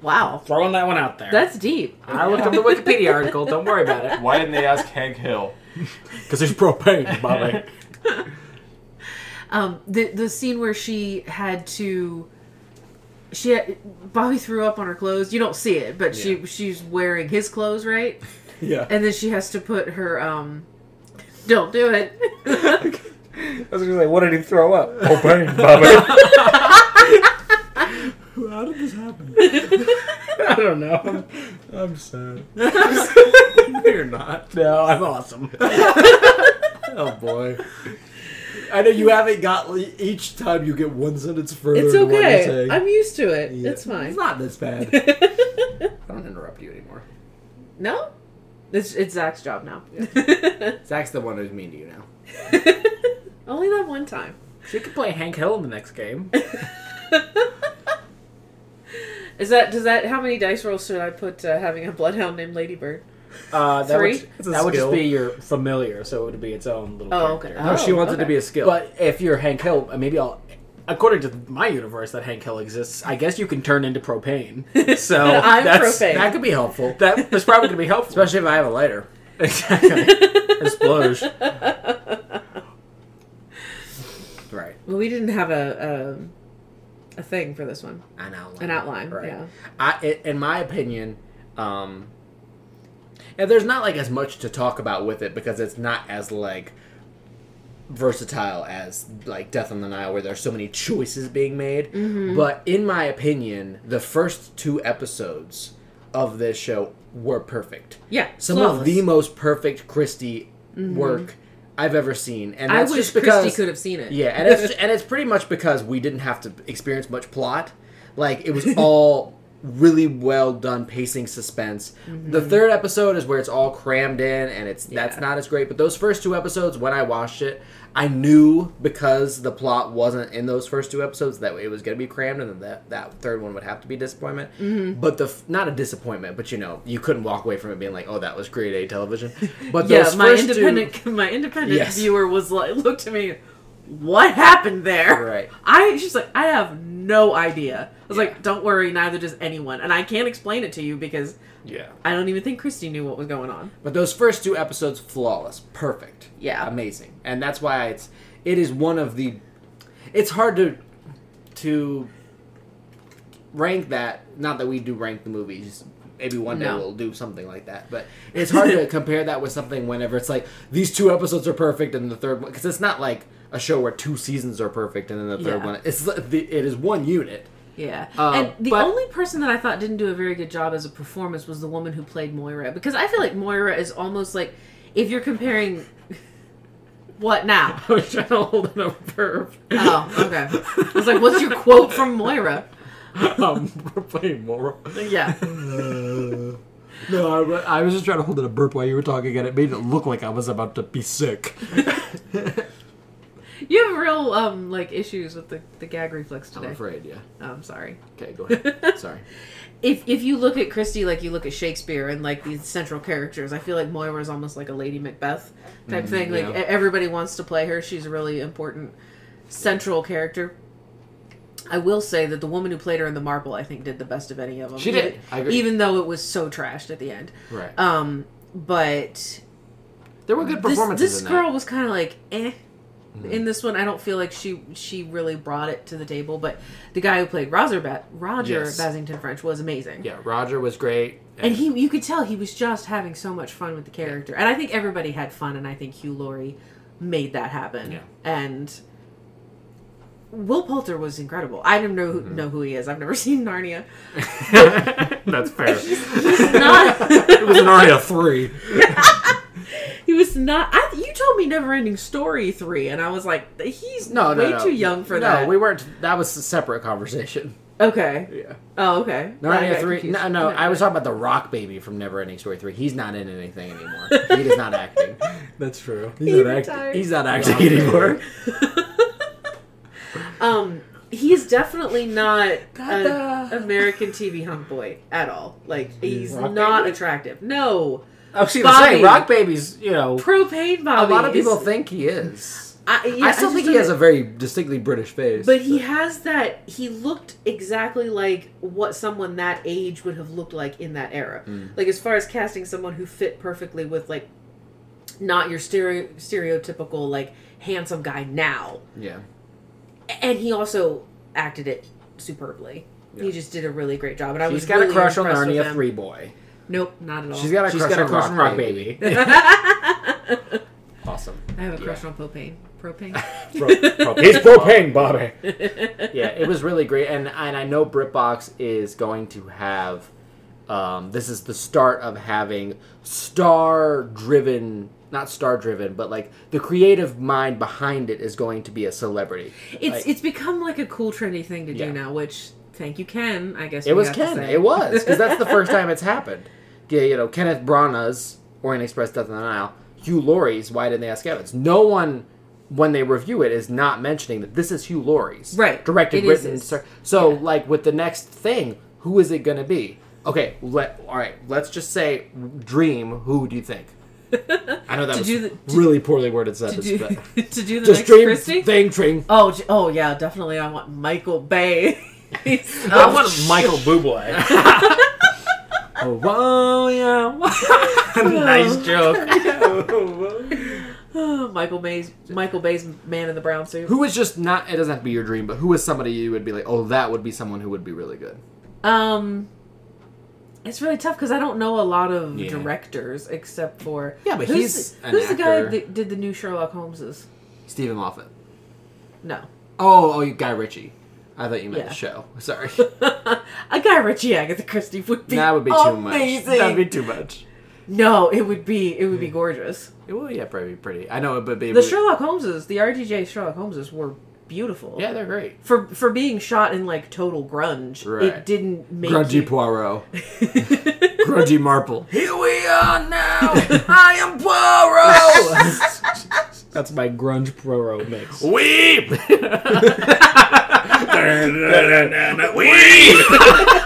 wow
throwing that one out there.
that's deep
I looked up the Wikipedia article. Don't worry about it.
Why didn't they ask Hank Hill?
Because he's propane Bobby.
um the the scene where she had to She Bobby threw up on her clothes. You don't see it, but she she's wearing his clothes, right?
Yeah.
And then she has to put her um don't do it.
I was gonna say, what did he throw up?
Bobby. Bobby.
How did this happen? I don't know. I'm, I'm sad.
You're not.
No, I'm awesome. oh boy. I know you haven't got each time you get one sentence further.
it's
than what you're
okay.
saying.
I'm used to it.
Yeah.
It's fine.
It's not this bad.
I don't interrupt you anymore.
no? It's it's Zach's job now.
Zach's the one who's mean to you now.
Only that one time.
she could play Hank Hill in the next game.
Is that does that how many dice rolls should I put uh, having a bloodhound named Ladybird?
Uh, that
Three?
would,
It's a
that would just
skill.
be your familiar, so it would be its own little.
Oh,
character.
okay.
No, she wants it
okay.
to be a skill.
But if you're Hank Hill, uh, maybe I'll. According to my universe, that Hank Hill exists. I guess you can turn into propane. So
I'm
that's,
propane.
That could be helpful. That is probably going to be helpful,
Especially if I have a lighter.
Exactly. Explosion.
Right.
Well, we didn't have a um, a, a thing for this one.
An outline.
An outline.
Right.
Yeah.
I, i- in my opinion, um, and there's not like as much to talk about with it because it's not as like versatile as like Death on the Nile, where there's so many choices being made.
Mm-hmm.
But in my opinion, the first two episodes of this show were perfect.
Yeah.
Some of
flawless. Mm-hmm.
the most perfect Christie work I've ever seen, and
I
that's
wish
just because
Christy could have seen it.
yeah, and it's and it's pretty much because we didn't have to experience much plot. Like it was all really well done pacing suspense. The third episode is where it's all crammed in and it's that's
Mm-hmm. Yeah.
not as great, but those first two episodes when I watched it, I knew because the plot wasn't in those first two episodes that it was going to be crammed and then that that third one would have to be disappointment.
Mm-hmm.
But the f- not a disappointment, but you know, you couldn't walk away from it being like, "Oh, that was grade A television." But
Yeah,
those
my
first
independent
two,
my independent
Yes.
viewer was like looked at me, what happened there?
Right.
I she's like, I have no idea. I was like, don't worry, neither does anyone, and I can't explain it to you because
yeah.
I don't even think Christy knew what was going on.
But those first two episodes, flawless, perfect,
Yeah.
amazing, and that's why it's it is one of the. It's hard to to rank that. Not that we do rank the movies. Maybe one day
No.
we'll do something like that, but it's hard to compare that with something whenever it's like these two episodes are perfect and the third one because it's not like a show where two seasons are perfect and then the third
Yeah.
one it's like the, it is one unit.
Yeah.
Uh,
and the
but-
only person that I thought didn't do a very good job as a performance was the woman who played Moira because I feel like Moira is almost like if you're comparing what now?
I was trying to hold it up for
Oh, okay. I was like, what's your quote from Moira?
um, we're playing moral.
Yeah.
no, I, I was just trying to hold it a burp while you were talking, and it made it look like I was about to be sick.
You have real um like issues with the, the gag reflex
I'm
today.
afraid, yeah.
Oh, I'm sorry.
Okay, go ahead. Sorry.
If if you look at Christie like you look at Shakespeare and like these central characters, I feel like Moira is almost like a Lady Macbeth type thing. Like
Mm, yeah.
e- everybody wants to play her. She's a really important central character. I will say that the woman who played her in The Marble, I think, did the best of any of them.
She did.
Even,
I agree.
even though it was so trashed at the end.
Right.
Um, but
there were good
this,
performances
this
in that. Mm-hmm.
girl was kind of like eh in this one i don't feel like she she really brought it to the table but the guy who played roger, ba- roger
Yes.
basington french was amazing
Yeah, Roger was great.
and he you could tell he was just having so much fun with the character and i think everybody had fun and i think hugh laurie made that happen
Yeah.
and will poulter was incredible i don't know, who
Mm-hmm.
know who he is i've never seen narnia
That's fair.
He's not
It was an Aria 3.
He was not. I, you told me Never Ending Story three, and I was like, he's
No, no,
way
no.
too young for
no,
that.
we weren't. That was a separate conversation.
okay.
Yeah.
Oh, okay.
No,
I got
three.
confused.
No, no. I was talking about the Rock Baby from Never Ending Story three. He's not in anything anymore. he is not acting.
That's true.
He
He's not acting.
retired.
He's not
Acting
acting anymore.
anymore.
Um, he's definitely not an
Ta-da.
American TV hunk boy at all. Like he's
Rock
not
Baby?
attractive. No,
I was gonna
Bobby.
say, Rock Baby's, you know,
propane
A
Bobby.
lot of people
is-
think he is.
I, yeah,
I still
just
think
don't
he has a very distinctly British face.
But he has that. He looked exactly like what someone that age would have looked like in that era.
Hmm.
Like as far as casting someone who fit perfectly with like not your stereo- stereotypical like handsome guy now,
yeah,
and he also acted it superbly. He just did a really great job, and I was
She's got
really
a crush on
impressed with
Narnia
him.
three boy.
Nope, not at all.
She's got a
She's
crush,
got a
on,
crush
rock
on Rock
baby.
Baby. awesome.
I have a
Yeah.
crush on propane. Propane.
He's propane, Bobby.
yeah, it was really great, and and I know BritBox is going to have. Um, this is the start of having star-driven, not star-driven, but like the creative mind behind it is going to be a celebrity.
It's
Like-
it's become like a cool trendy thing to
Yeah.
do now, which thank you, Ken. I guess
It
we
was
have
Ken.
To say.
It was because that's the first time it's happened. Yeah, you know Kenneth Branagh's Orient Express: Death on the Nile, Hugh Laurie's Why Didn't They Ask Evans? No one, when they review it, is not mentioning that this is Hugh Laurie's
Right.
directed,
It
written.
is-
sir- So, like with the next thing, who is it going to be? Okay, let all right. Let's just say Dream. Who do you think? I know that
To
was
do the- to-
really poorly worded
to
sentence,
do
but
to do the
just
next
Dream
Christie.
thing, Dream.
oh, j- oh yeah, definitely. I want Michael Bay. He's-
I want Michael Bublé.
Oh, wow, yeah.
nice joke.
Oh, Michael Bay's Michael Bay's man in the brown suit.
Who is just not? It doesn't have to be your dream, but who is somebody you would be like, oh, that would be someone who would be really good.
Um, it's really tough because I don't know a lot of
Yeah.
directors except for
Yeah, but
who's
he's
the,
an
who's the guy
actor.
that did the new Sherlock Holmeses?
Stephen Moffat.
No,
Oh, oh, you Guy Ritchie. I thought you meant
Yeah.
the show. Sorry,
a guy Richie Agatha Christie would be
that would be too much.
amazing.
That'd be too much.
No, it would be it would be gorgeous.
It Hmm. would, yeah, probably be pretty. I know, but
The Sherlock Holmeses, the RTJ Sherlock Holmeses, were beautiful.
Yeah, they're great.
For for being shot in like total grunge,
Right.
it didn't make
Grungy
you...
Poirot. Grungy Marple. Here we are now. I am Poirot.
That's my grunge pro mix.
Weep. Weep.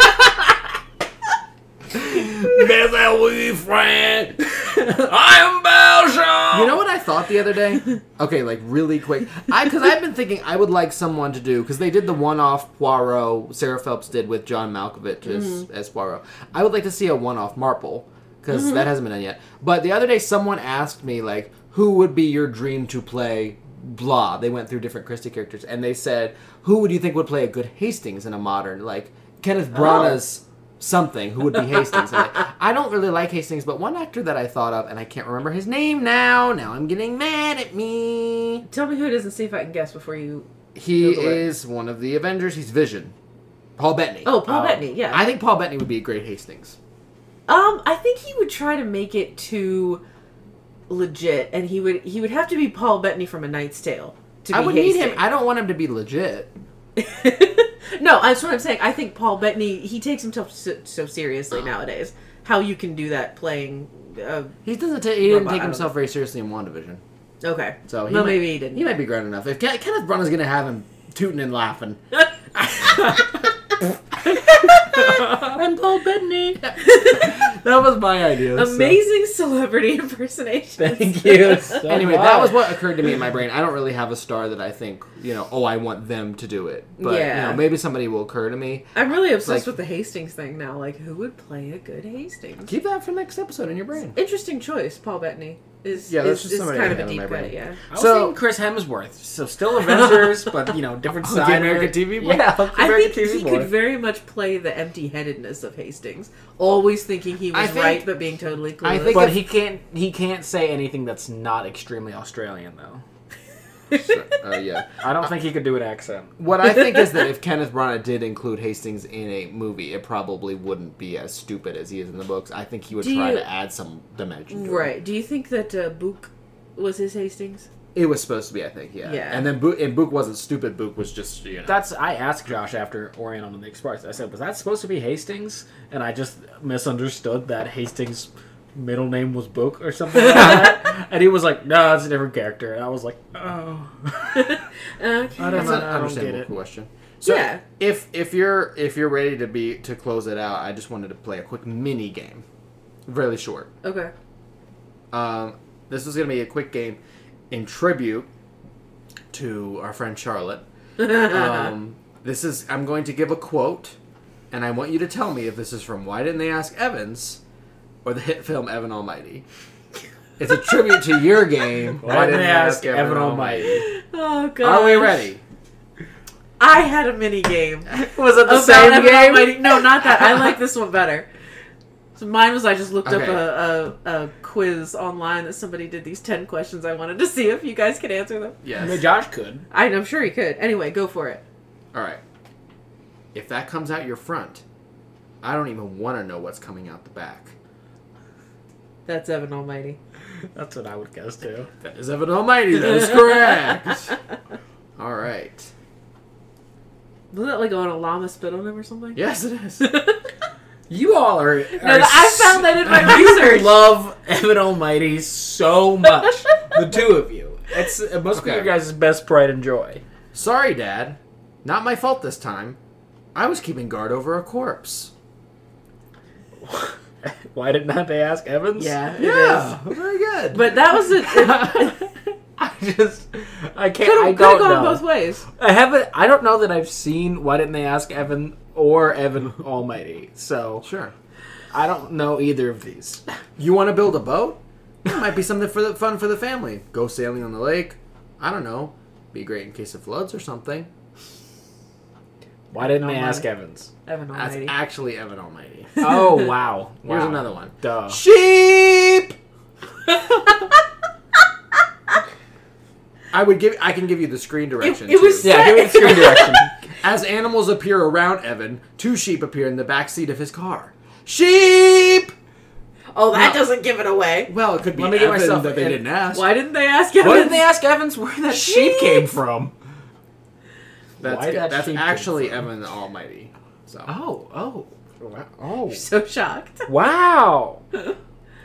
There's a wee friend. I'm Belgium.
You know what I thought the other day? Okay, like really quick. I because I've been thinking I would like someone to do because they did the one-off Poirot Sarah Phelps did with John Malkovich as,
Mm-hmm.
as Poirot. I would like to see a one-off Marple because
Mm-hmm.
that hasn't been done yet. But the other day, someone asked me like, "Who would be your dream to play?" Blah. They went through different Christie characters and they said, "Who would you think would play a good Hastings in a modern like Kenneth
Oh.
Branagh's?" something who would be Hastings. And, like, I don't really like Hastings, but one actor that I thought of, and I can't remember his name now. Now I'm getting mad at me.
Tell me who it is and see if I can guess before you.
He
Google it.
is one of the Avengers. He's Vision. Paul Bettany.
Oh, Paul
Oh.
Bettany. Yeah.
Um, I think Paul Bettany would be a great Hastings.
Um, I think he would try to make it too legit, and he would he would have to be Paul Bettany from A Knight's Tale to be
I would need him.
Hastings.
I don't want him to be legit.
no, that's what I'm saying. I think Paul Bettany he takes himself so, so seriously nowadays. How you can do that playing? Uh,
He doesn't. ta- he didn't
Robot, I
take
don't
himself very seriously in WandaVision,
okay,
so he
no,
might,
maybe he didn't.
He might be grown enough. If Ken- Kenneth Branagh's gonna have him tooting and laughing, I'm Paul Bettany. that was my idea. so-
Amazing celebrity impersonation.
Thank you. so
anyway,
much.
that was what occurred to me in my brain. I don't really have a star that I think, you know, oh, I want them to do it. But, you
Yeah.
know, maybe somebody will occur to me.
I'm really obsessed
Like-
with the Hastings thing now. Like, who would play a good Hastings?
Keep that for next episode in your brain.
Interesting choice, Paul Bettany. Is
Yeah, that's
is,
just
is
somebody
kind
I
of a
have in
deep
my
cut,
brain.
yeah.
I was
So-
thinking Chris Hemsworth. So still Avengers, but you know, different
Oh, the
side.
American TV boy?
Yeah, the
I
American
think
TV
he
boy.
could very much play the empty-headedness of Hastings, always thinking he
I
was
think-
right but being totally clueless.
I think
but
if-
he can't. He can't say anything that's not extremely Australian, though.
Uh, yeah.
I don't think he could do an accent.
What I think is that if Kenneth Branagh did include Hastings in a movie, it probably wouldn't be as stupid as he is in the books. I think he would
Do
try
you-
to add some dimension. To It.
right. Do you think that uh, Book was his Hastings?
It was supposed to be, I think, yeah.
Yeah.
And then Book, and Book wasn't stupid. Book was just, you know.
That's I asked Josh after Orient on the Express. I said, "Was that supposed to be Hastings?" And I just misunderstood that Hastings' middle name was Book or something like that. And he was like, "No, it's a different character." And I was like, "Oh."
Okay.
I don't
That's
know.
an
I don't
understandable
get it.
question. So
Yeah.
if if you're if you're ready to be to close it out, I just wanted to play a quick mini game, really short.
Okay.
Um, this is going to be a quick game in tribute to our friend Charlotte.
Uh-huh.
Um, this is I'm going to give a quote, and I want you to tell me if this is from Why Didn't They Ask Evans or the hit film Evan Almighty. It's a tribute to your game.
Why didn't they ask Evan Almighty?
Oh god.
Are we ready?
I had a mini game.
Was it the
about
same
everyone
game?
might- no, not that. I like this one better. So mine was I just looked
Okay.
up a, a, a quiz online that somebody did these 10 questions. I wanted to see if you guys could answer them.
I mean,
Yes.
Josh could.
I, I'm sure he could. Anyway, go for it.
All right. If that comes out your front, I don't even want to know what's coming out the back.
That's Evan Almighty.
That's what I would guess too.
That is Evan Almighty. That is correct. All right.
Wasn't that like on a llama spit on him or something?
Yes, it is.
You all are.
No, I found that in my
You
research.
love Evan Almighty so much, the two of you. It's it must be
Okay.
your guys' best pride and joy.
Sorry, Dad. Not my fault this time. I was keeping guard over a corpse.
Why did not they ask Evans?
Yeah, it
yeah,
is.
very good.
But that was a, it.
I just I can't. I
Could have
don't
gone
know.
both ways.
I haven't. I don't know that I've seen. Why didn't they ask Evan or Evan Almighty? So
sure.
I don't know either of these.
You want to build a boat? It might be something for the fun for the family. Go sailing on the lake. I don't know. Be great in case of floods or something.
Why didn't they
Almighty.
ask Evans?
Evan
That's
Almighty.
actually Evan Almighty.
Oh wow!
Here's
Wow.
another one.
Duh.
Sheep. I would give. I can give you the screen direction.
it was-
too.
Yeah, give me the screen direction.
As animals appear around Evan, two sheep appear in the back seat of his car. Sheep.
oh, that
No.
doesn't give it away.
Well, it could be
Let me get
Evan
myself
that they
in.
didn't ask.
Why didn't they ask Evan?
Why didn't they ask Evans where that sheep came from?
That's,
Why
good.
that
That's
sheep
actually
came from?
Evan the Almighty. So
Oh, oh, wow. oh!
So shocked.
Wow!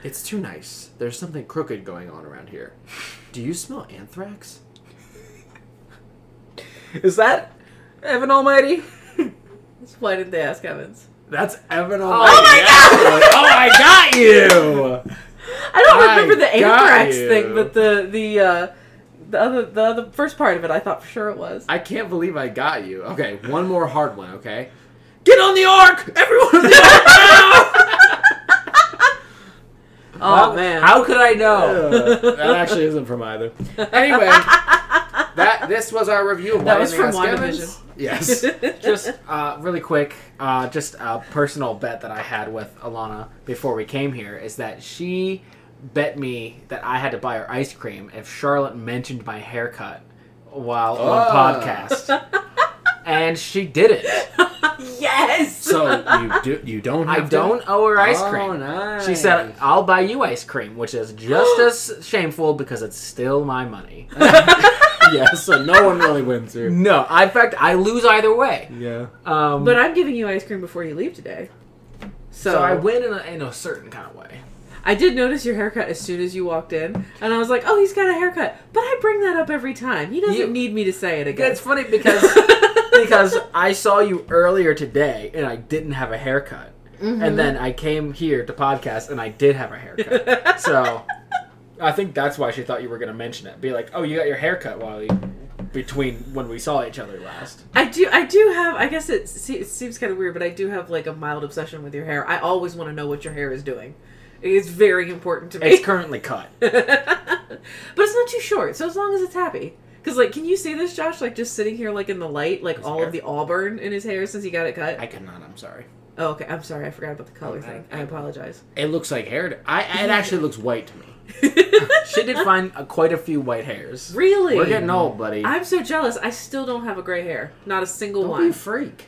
it's too nice. There's something crooked going on around here. Do you smell anthrax?
Is that Evan Almighty?
Why didn't they ask Evans?
That's Evan
Oh
Almighty.
Almighty.
oh, I got you.
I don't
I
remember the
got
anthrax
you.
thing, but the the uh, the other the other first part of it, I thought for sure it was.
I can't believe I got you. Okay, one more hard one. Okay, get on the ark, everyone. On the ark!
Oh
How-
man,
how could I know?
Uh, that actually isn't from either. Anyway, that this was our review. of
That
Why
was
Didn't They
from
Ask
WandaVision.
Evans. Yes.
just uh, really quick, uh, just a personal bet that I had with Alana before we came here is that she bet me that I had to buy her ice cream if Charlotte mentioned my haircut while
Oh.
on podcast, and she did it.
yes.
So you do you don't
I
have to-
don't owe her ice cream.
Oh, nice.
She said, "I'll buy you ice cream," which is just as shameful because it's still my money.
yeah, so no one really wins here.
no, I- in fact, I lose either way.
Yeah.
Um,
but I'm giving you ice cream before you leave today. So,
so I
I
win in a, in a certain kind of way.
did notice your haircut as soon as you walked in, and I was like, "Oh, he's got a haircut." But I bring that up every time. He doesn't
You-
need me to say it again.
It's funny because because I saw you earlier today and I didn't have a haircut,
Mm-hmm.
and then I came here to podcast and I did have a haircut. so I think that's why she thought you were going to mention it. Be like, "Oh, you got your haircut while you, between when we saw each other last."
I do. I do have. I guess it, se- it seems kind of weird, but I do have like a mild obsession with your hair. I always want to know what your hair is doing. It's very important to me.
It's currently cut.
but it's not too short, so as long as it's happy. Because, like, can you see this, Josh? Like, just sitting here, like, in the light, like, all
hair?
of the auburn in his hair since he got it cut?
I cannot. I'm sorry.
oh, okay. I'm sorry. I forgot about the color thing. I apologize.
It looks like hair. To, I it actually looks white to me.
She did find uh, quite a few white hairs.
really?
We're getting old, buddy.
I'm so jealous. I still don't have a gray hair. Not a single
don't
one.
be a freak.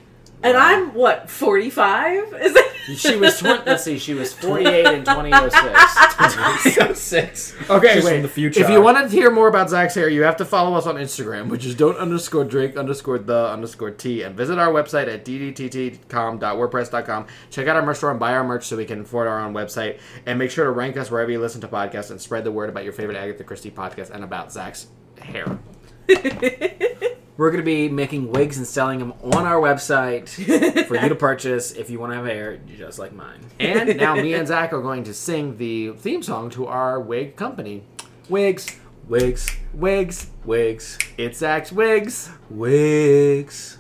and I'm, what, 45? Is that...
She was. Tw- let's see. She was 48 in 2006.
Six.
Okay,
She's
wait.
from the future.
If you want to hear more about Zach's hair, you have to follow us on Instagram, which is don't underscore drink underscore the underscore t, and visit our website at ddtt.wordpress.com. Check out our merch store and buy our merch so we can afford our own website. And make sure to rank us wherever you listen to podcasts and spread the word about your favorite Agatha Christie podcast and about Zach's hair.
We're going to be making wigs and selling them on our website for you to purchase if you want to have hair just like mine.
And now me and Zach are going to sing the theme song to our wig company. Wigs,
Wigs,
wigs,
wigs,
it's Zach's wigs.
wigs.